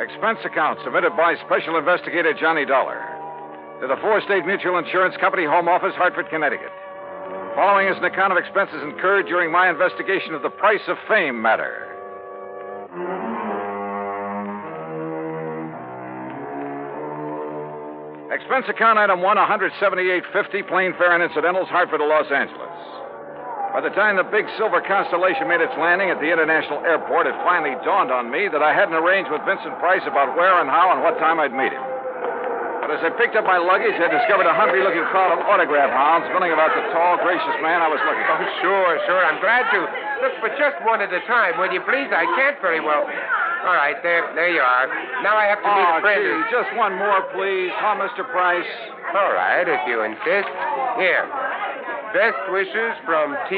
Expense account submitted by Special Investigator Johnny Dollar to the Four State Mutual Insurance Company Home Office, Hartford, Connecticut. Following is an account of expenses incurred during my investigation of the price of fame matter. Expense account item one, 178.50, plane fare and incidentals, Hartford to Los Angeles. By the time the big silver constellation made its landing at the international airport, it finally dawned on me that I hadn't arranged with Vincent Price about where and how and what time I'd meet him. But as I picked up my luggage, I discovered a hungry looking crowd of autograph hounds milling about the tall, gracious man I was looking for. Sure, sure. I'm glad to. Look, but just one at a time, will you please? I can't very well. All right, there, there you are. Now I have to meet Oh, a friend. gee, just one more, please. How, Mr. Price? All right, if you insist. Here. Best wishes from T.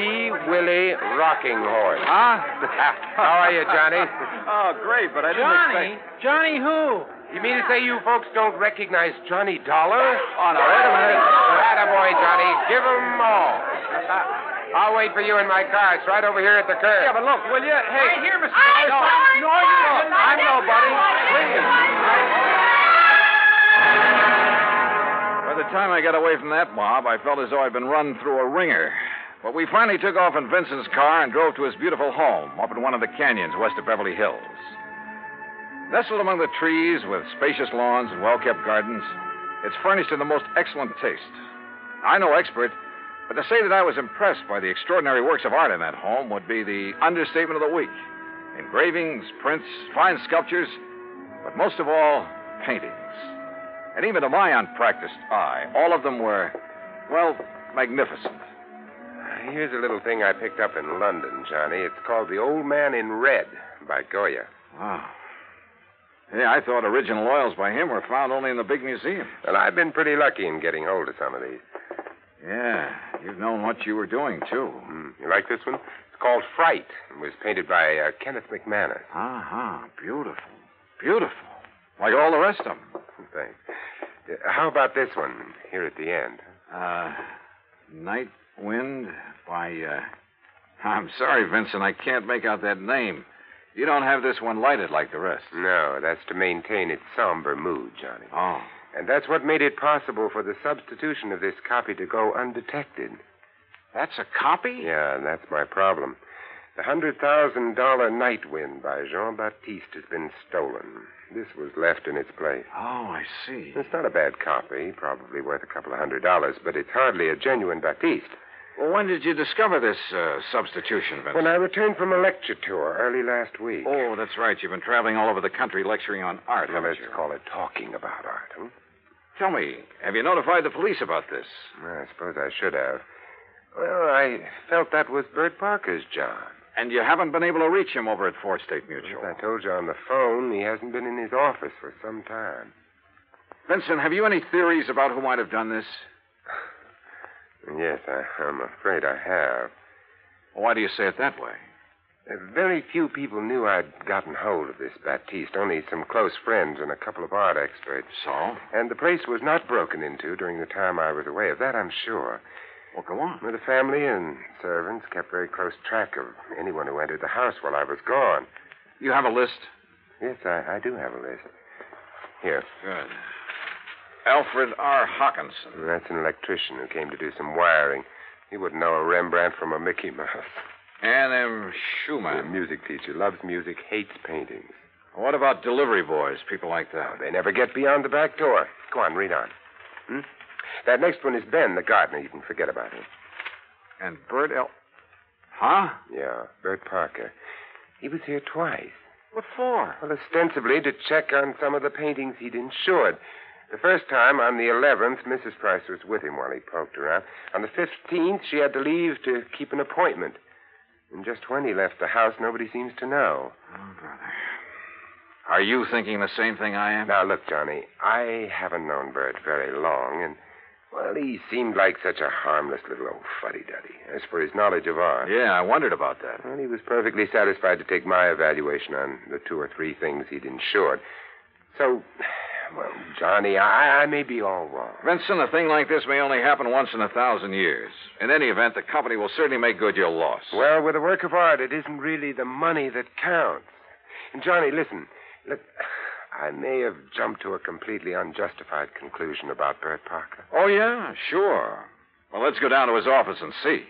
Willie Rocking Horse. Huh? How are you, Johnny? Oh, great, but I didn't Johnny? expect... Johnny who? You mean to say you folks don't recognize Johnny Dollar? Oh, now, wait a minute. boy, Johnny. Give 'em all. I'll wait for you in my car. It's right over here at the curb. Yeah, but look, will you? Hey. Right here, Hey, Mr. Price. no, Sorry, no, you sorry. don't. I'm nobody. Please. By the time I got away from that mob, I felt as though I'd been run through a ringer. But we finally took off in Vincent's car and drove to his beautiful home up in one of the canyons west of Beverly Hills. Nestled among the trees with spacious lawns and well kept gardens, it's furnished in the most excellent taste. I no expert, but to say that I was impressed by the extraordinary works of art in that home would be the understatement of the week. Engravings, prints, fine sculptures, but most of all, paintings. And even to my unpracticed eye, all of them were, well, magnificent. Here's a little thing I picked up in London, Johnny. It's called The Old Man in Red by Goya. Wow. Ah. Yeah, I thought original oils by him were found only in the big museum. Well, I've been pretty lucky in getting hold of some of these. Yeah, you've known what you were doing, too. Hmm, You like this one? It's called Fright. It was painted by uh, Kenneth McManus. Uh-huh. Beautiful. Beautiful. Like all the rest of them. Thanks. Uh, How about this one here at the end? Uh, Night Wind by, uh... I'm sorry, Vincent, I can't make out that name. You don't have this one lighted like the rest. No, that's to maintain its somber mood, Johnny. Oh. And that's what made it possible for the substitution of this copy to go undetected. That's a copy? Yeah, and that's my problem. The hundred thousand dollar night wind by Jean Baptiste has been stolen. This was left in its place. Oh, I see. It's not a bad copy, probably worth a couple of hundred dollars, but it's hardly a genuine Baptiste. Well, when did you discover this uh, substitution, Vincent? When I returned from a lecture tour early last week. Oh, that's right. You've been traveling all over the country lecturing on art, Now, haven't let's you? call it talking about art. Hmm? Tell me, have you notified the police about this? Well, I suppose I should have. Well, I I felt that was Bert Parker's job. And you haven't been able to reach him over at Four State Mutual. As I told you on the phone, he hasn't been in his office for some time. Vincent, have you any theories about who might have done this? Yes, I, I'm afraid I have. Why do you say it that way? Uh, Very few people knew I'd gotten hold of this Baptiste, only some close friends and a couple of art experts. So? And the place was not broken into during the time I was away. Of that, I'm sure. Well, go on. Well, The family and servants kept very close track of anyone who entered the house while I was gone. You have a list? Yes, I, I do have a list. Here. Good. Alfred R. Hawkinson. That's an electrician who came to do some wiring. He wouldn't know a Rembrandt from a Mickey Mouse. And M. A Schumann. music teacher, loves music, hates paintings. What about delivery boys, people like Oh, that? they never get beyond the back door. Go on, read on. Hmm? That next one is Ben, the gardener. You can forget about him. And Bert L. Huh? Yeah, Bert Parker. He was here twice. What for? Well, ostensibly to check on some of the paintings he'd insured. The first time, on the 11th, Mrs. Price was with him while he poked around. On the 15th, she had to leave to keep an appointment. And just when he left the house, nobody seems to know. Are you thinking the same thing I am? Now, look, Johnny, I haven't known Bert very long, and, well, he seemed like such a harmless little old fuddy-duddy. As for his knowledge of art, Yeah, I wondered about that. well, he was perfectly satisfied to take my evaluation on the two or three things he'd insured. So, well, Johnny, I, I may be all wrong. Vincent, a thing like this may only happen once in a thousand years. In any event, the company will certainly make good your loss. Well, with a work of art, it isn't really the money that counts. And, Johnny, listen. Look, I may have jumped to a completely unjustified conclusion about Bert Parker. Oh, yeah, sure. Well, let's go down to his office and see.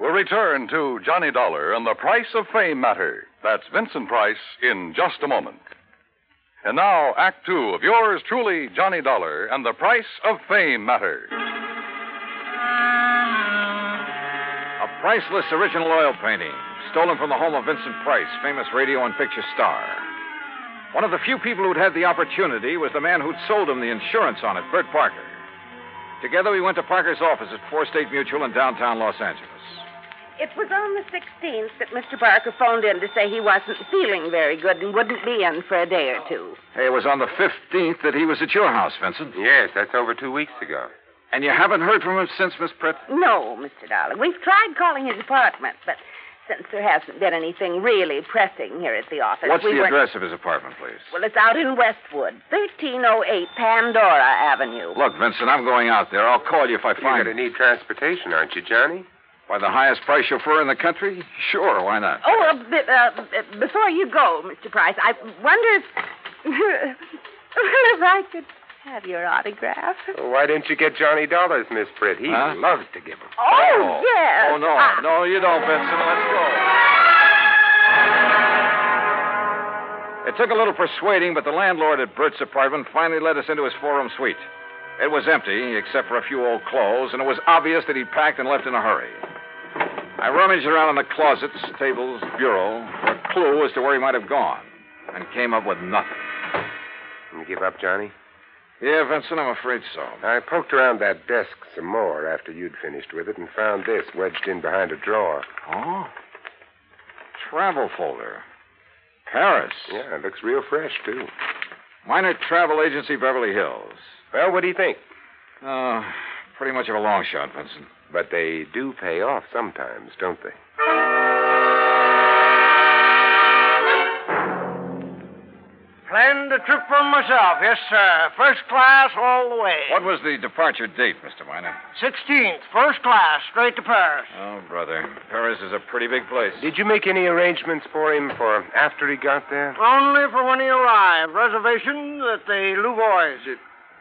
We'll return to Johnny Dollar and the Price of Fame Matter. That's Vincent Price in just a moment. And now, Act Two of yours truly, Johnny Dollar and the Price of Fame Matter. A priceless original oil painting, stolen from the home of Vincent Price, famous radio and picture star. One of the few people who'd had the opportunity was the man who'd sold him the insurance on it, Bert Parker. Together, we went to Parker's office at Four State Mutual in downtown Los Angeles. It was on the 16th that Mr. Barker phoned in to say he wasn't feeling very good and wouldn't be in for a day or two. Hey, it was on the 15th that he was at your house, Vincent. Yes, that's over two weeks ago. And you haven't heard from him since, Miss Pritt? No, Mr. Dollar. We've tried calling his apartment, but since there hasn't been anything really pressing here at the office, What's we the weren't- address of his apartment, please? Well, it's out in Westwood, 1308 Pandora Avenue. Look, Vincent, I'm going out there. I'll call you if I You're find it. going to need transportation, aren't you, Johnny? By the highest price chauffeur in the country? Sure, why not? Oh, uh, b- uh, b- before you go, Mr. Price, I wonder if. well, if I could have your autograph. Well, why didn't you get Johnny Dollars, Miss Britt? He Huh? loves to give 'em. Oh, yes. Oh, no. Ah. No, you don't, Vincent. Let's go. It took a little persuading, but the landlord at Bert's apartment finally let us into his four room suite. It was empty, except for a few old clothes, and it was obvious that he packed and left in a hurry. I rummaged around in the closets, tables, bureau, for a clue as to where he might have gone, and came up with nothing. You give up, Johnny? Yeah, Vincent, I'm afraid so. I poked around that desk some more after you'd finished with it and found this wedged in behind a drawer. Oh? Travel folder. Paris. Yeah, it looks real fresh, too. Minor Travel Agency, Beverly Hills. Well, what do you think? Oh, pretty much of a long shot, Vincent. But they do pay off sometimes, don't they? Planned the trip for myself, yes, sir. First class all the way. What was the departure date, Mr. Minor? 16th, first class, straight to Paris. Oh, brother. Paris is a pretty big place. Did you make any arrangements for him for after he got there? Only for when he arrived. Reservation at the Louvois.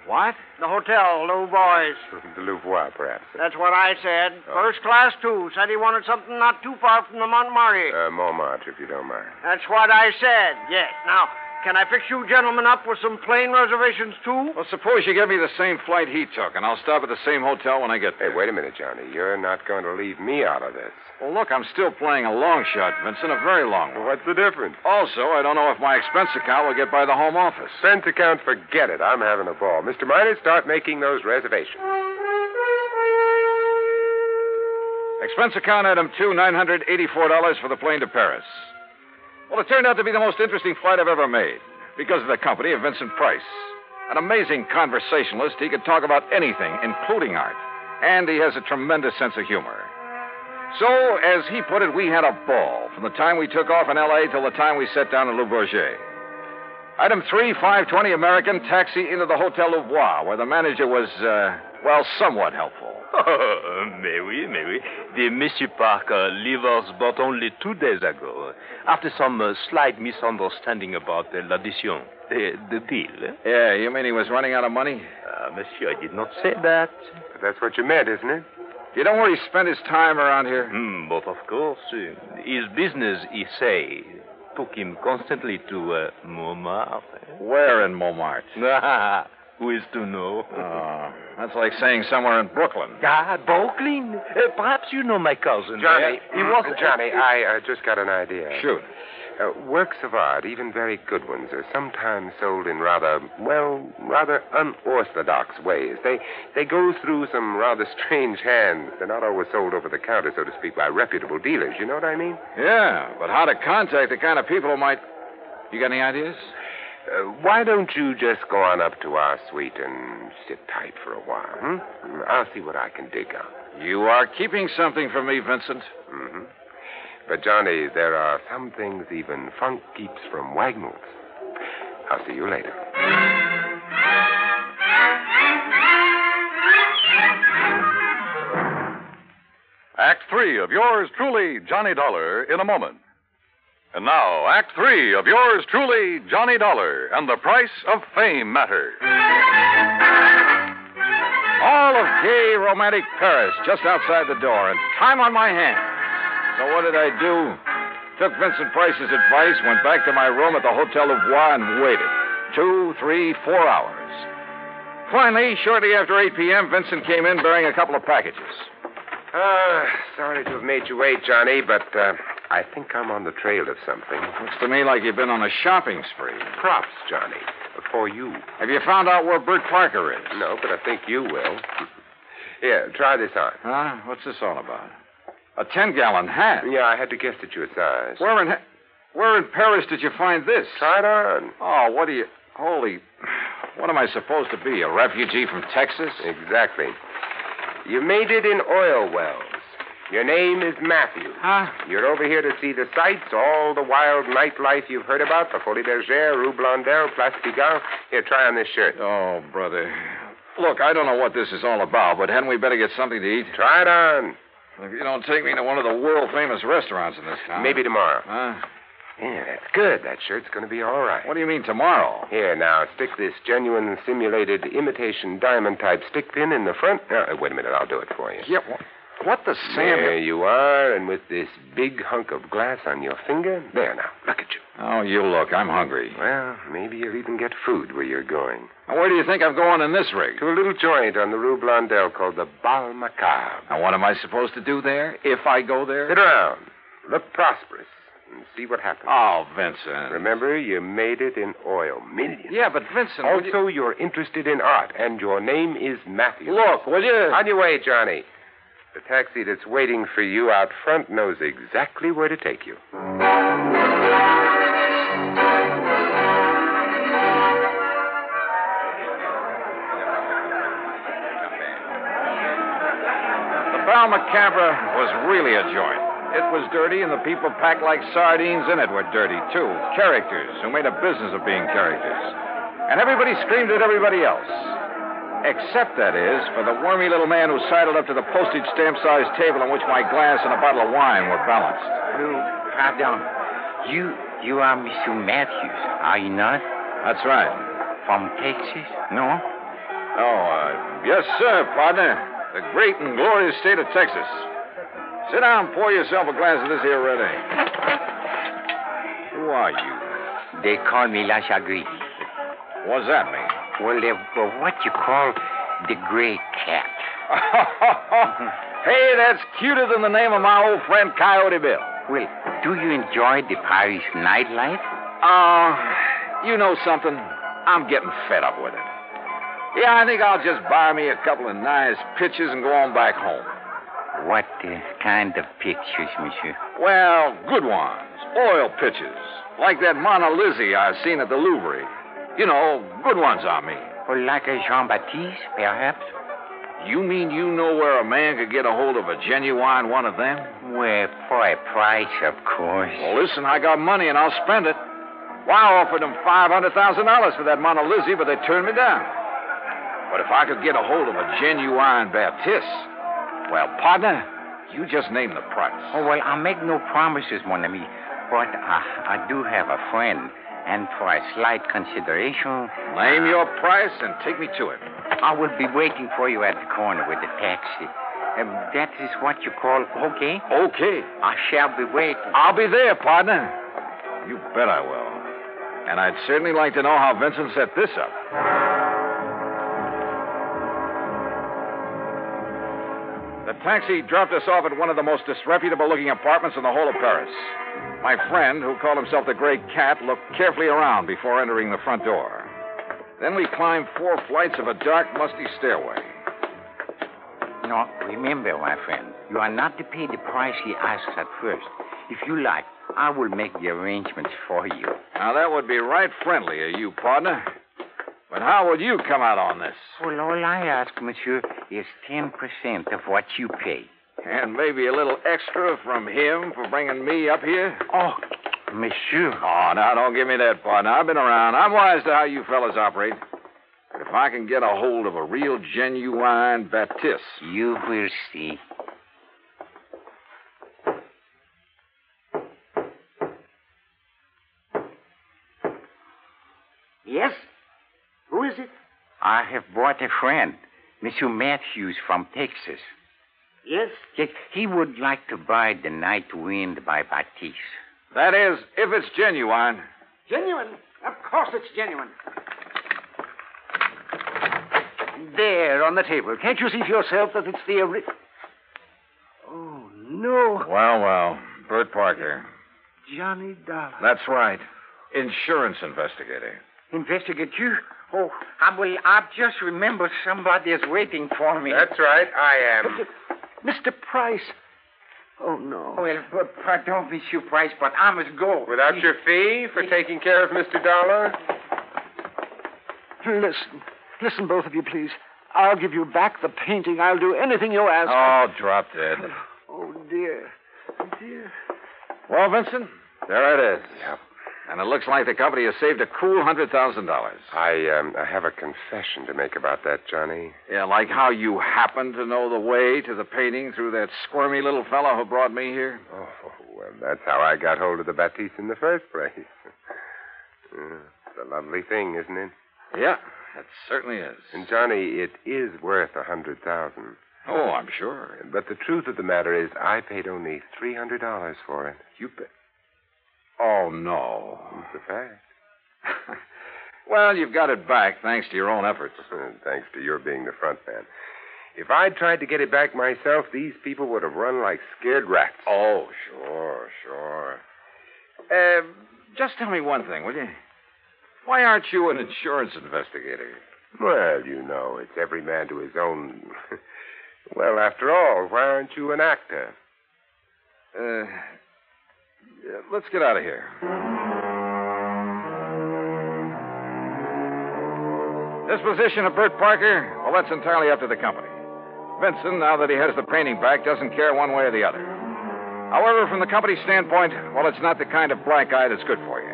What? The hotel, Louvois. the Louvois, perhaps. That's what I said. First class, too. Said he wanted something not too far from the Montmartre. Uh, Montmartre, if you don't mind. That's what I said, yes. Now, Can I fix you gentlemen up with some plane reservations, too? Well, suppose you give me the same flight he took, and I'll stop at the same hotel when I get Hey, there. wait a minute, Johnny. You're not going to leave me out of this. Well, look, I'm still playing a long shot, Vincent, a very long one. What's the difference? Also, I don't know if my expense account will get by the Home Office. Expense account, forget it. I'm having a ball. Mr. Miner, start making those reservations. Expense account item two, nine hundred eighty-four dollars for the plane to Paris. Well, it turned out to be the most interesting flight I've ever made because of the company of Vincent Price. An amazing conversationalist, he could talk about anything, including art, and he has a tremendous sense of humor. So, as he put it, we had a ball from the time we took off in L.A. till the time we sat down in Le Bourget. Item three, 520 American, taxi into the Hotel Louvois, where the manager was, uh, well, somewhat helpful. Oh, mais oui, mais oui. The Monsieur Parker leave us but only two days ago, after some uh, slight misunderstanding about uh, l'addition, the, the bill. Yeah, you mean he was running out of money? Uh, monsieur, I did not say that. But that's what you meant, isn't it? You know where he spent his time around here? Hmm, but of course, uh, his business, he say, took him constantly to uh, Montmartre. Where in Montmartre? Who is to know? Oh, that's like saying somewhere in Brooklyn. Ah, Brooklyn. Uh, perhaps you know my cousin. Johnny, Uh, he was Johnny, I uh, just got an idea. Shoot. Uh, works of art, even very good ones, are sometimes sold in rather, well, rather unorthodox ways. They they go through some rather strange hands. They're not always sold over the counter, so to speak, by reputable dealers. You know what I mean? Yeah, but how to contact the kind of people who might. You got any ideas? Uh, why don't you just go on up to our suite and sit tight for a while? Hmm? I'll see what I can dig up. You are keeping something from me, Vincent. hmm But, Johnny, there are some things even Funk keeps from Wagnalls. I'll see you later. Act three of yours truly, Johnny Dollar, in a moment. And now, Act three of yours truly, Johnny Dollar, and the price of fame matter. All of gay, romantic Paris just outside the door, and time on my hands. So what did I do? Took Vincent Price's advice, went back to my room at the Hotel Louvois, and waited. Two, three, four hours. Finally, shortly after 8 p.m., Vincent came in bearing a couple of packages. Uh, sorry to have made you wait, Johnny, but uh, I think I'm on the trail of something. Looks to me like you've been on a shopping spree. Props, Johnny, for you. Have you found out where Bert Parker is? No, but I think you will. Here, try this on. Huh? What's this all about? A ten gallon hat? Yeah, I had to guess at your size. Where in he- where in Paris did you find this? Try it on. Oh, what do you holy what am I supposed to be? A refugee from Texas? Exactly. You made it in oil wells. Your name is Matthew. Huh? You're over here to see the sights, all the wild nightlife you've heard about the Folie Bergère, Rue Blondel, Place Pigalle. Here, try on this shirt. Oh, brother. Look, I don't know what this is all about, but hadn't we better get something to eat? Try it on. If you don't take me to one of the world famous restaurants in this town. Maybe tomorrow. Huh? Yeah, that's good. That shirt's going to be all right. What do you mean tomorrow? Here, now, stick this genuine simulated imitation diamond type stick pin in the front. Uh, wait a minute, I'll do it for you. Yeah, wh- what the There Sam? you are, and with this big hunk of glass on your finger. There now, look at you. Oh, you look. I'm hungry. Well, maybe you'll even get food where you're going. Now, where do you think I'm going in this rig? To a little joint on the Rue Blondel called the Bal Macabre. Now, what am I supposed to do there if I go there? Sit around, look prosperous, and see what happens. Oh, Vincent. Remember, you made it in oil. Millions. Yeah, but Vincent. would you- Also, you're interested in art, and your name is Matthew. Look, will you? On your way, Johnny. The taxi that's waiting for you out front knows exactly where to take you. The Bal Macabre was really a joint. It was dirty, and the people packed like sardines in it were dirty, too. Characters who made a business of being characters. And everybody screamed at everybody else. Except, that is, for the wormy little man who sidled up to the postage stamp sized table on which my glass and a bottle of wine were balanced. Pardon. You you are Monsieur Matthews, are you not? That's right. From Texas? No. Oh, uh, yes, sir, partner. The great and glorious state of Texas. Sit down, pour yourself a glass of this here red ale. Who are you? They call me La Chagri. What's that mean? Well, they were what you call the gray cat. hey, that's cuter than the name of my old friend Coyote Bill. Well, do you enjoy the Paris nightlife? Uh, you know something? I'm getting fed up with it. Yeah, I think I'll just buy me a couple of nice pitches and go on back home. What uh, kind of pictures, monsieur? Well, good ones. Oil pitches. Like that Mona Lizzie I've seen at the Louvre. You know, good ones I mean. Well, like a Jean Baptiste, perhaps? You mean you know where a man could get a hold of a genuine one of them? Well, for a price, of course. Well, listen, I got money and I'll spend it. Why, I offered them $500,000 for that Mona Lizzie, but they turned me down. But if I could get a hold of a genuine Baptiste, well, partner, you just name the price. Oh, well, I make no promises, mon ami. But I, I do have a friend, and for a slight consideration. Name your price and take me to it. I will be waiting for you at the corner with the taxi. Um, that is what you call okay? Okay. I shall be waiting. I'll be there, partner. You bet I will. And I'd certainly like to know how Vincent set this up. The taxi dropped us off at one of the most disreputable looking apartments in the whole of Paris. My friend, who called himself the Great Cat, looked carefully around before entering the front door. Then we climbed four flights of a dark, musty stairway. No, remember, my friend, you are not to pay the price he asks at first. If you like, I will make the arrangements for you. Now, that would be right friendly of you, partner. But how will you come out on this? Well, all I ask, monsieur, is 10% of what you pay. And maybe a little extra from him for bringing me up here? Oh, monsieur. Oh, now, don't give me that, partner. I've been around. I'm wise to how you fellas operate. But if I can get a hold of a real, genuine Baptiste. You will see. Yes? Who is it? I have brought a friend, Monsieur Matthews from Texas. Yes? Yes, he would like to buy The Night Wind by Baptiste. That is, if it's genuine. Genuine? Of course it's genuine. There, on the table. Can't you see for yourself that it's the original? Oh, no. Well, well. Bert Parker. Johnny Dollar. That's right. Insurance investigator. Investigate you? Oh, I will. I've just remembered somebody is waiting for me. That's right, I am. Mr. Price. Oh, no. Well, but pardon, Monsieur Price, but I must go. Without your fee for taking care of Mr. Dollar? Listen. Listen, both of you, please. I'll give you back the painting. I'll do anything you ask. Oh, drop dead. Oh, dear. Dear. Well, Vincent, there it is. Yep. And it looks like the company has saved a cool hundred thousand dollars. I, um, I have a confession to make about that, Johnny. Yeah, like how you happen to know the way to the painting through that squirmy little fellow who brought me here. Oh, well, that's how I got hold of the Baptiste in the first place. Yeah, it's a lovely thing, isn't it? Yeah, it certainly is. And Johnny, it is worth a hundred thousand. Oh, I'm sure. But the truth of the matter is, I paid only three hundred dollars for it. You bet. Oh, no. It's a fact. well, you've got it back thanks to your own efforts. Thanks to your being the front man. If I'd tried to get it back myself, these people would have run like scared rats. Oh, sure, sure. Uh, just tell me one thing, will you? Why aren't you an insurance investigator? Well, you know, it's every man to his own. well, after all, why aren't you an actor? Uh, let's get out of here. Disposition of Bert Parker? Well, that's entirely up to the company. Vincent, now that he has the painting back, doesn't care one way or the other. However, from the company's standpoint, well, it's not the kind of black eye that's good for you.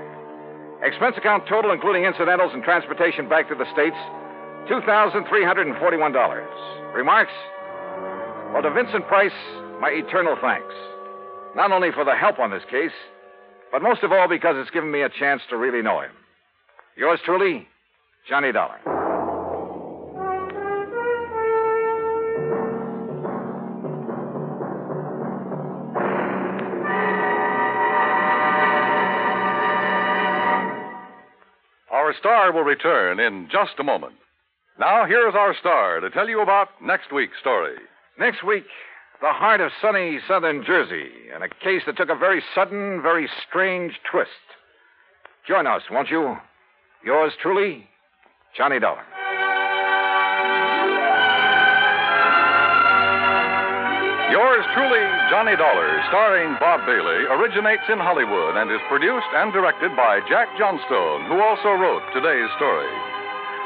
Expense account total, including incidentals and transportation back to the States, $2,341. Remarks? Well, to Vincent Price, my eternal thanks not only for the help on this case, but most of all because it's given me a chance to really know him. Yours truly, Johnny Dollar. star will return in just a moment. Now, here's our star to tell you about next week's story. Next week, the heart of sunny southern Jersey, and a case that took a very sudden, very strange twist. Join us, won't you? Yours truly, Johnny Dollar. Yours truly, Johnny Dollar, starring Bob Bailey, originates in Hollywood and is produced and directed by Jack Johnstone, who also wrote today's story.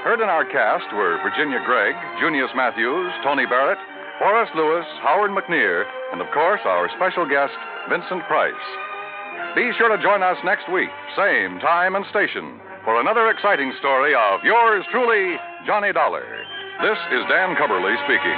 Heard in our cast were Virginia Gregg, Junius Matthews, Tony Barrett, Horace Lewis, Howard McNear, and of course, our special guest, Vincent Price. Be sure to join us next week, same time and station, for another exciting story of yours truly, Johnny Dollar. This is Dan Cumberly speaking.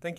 Thank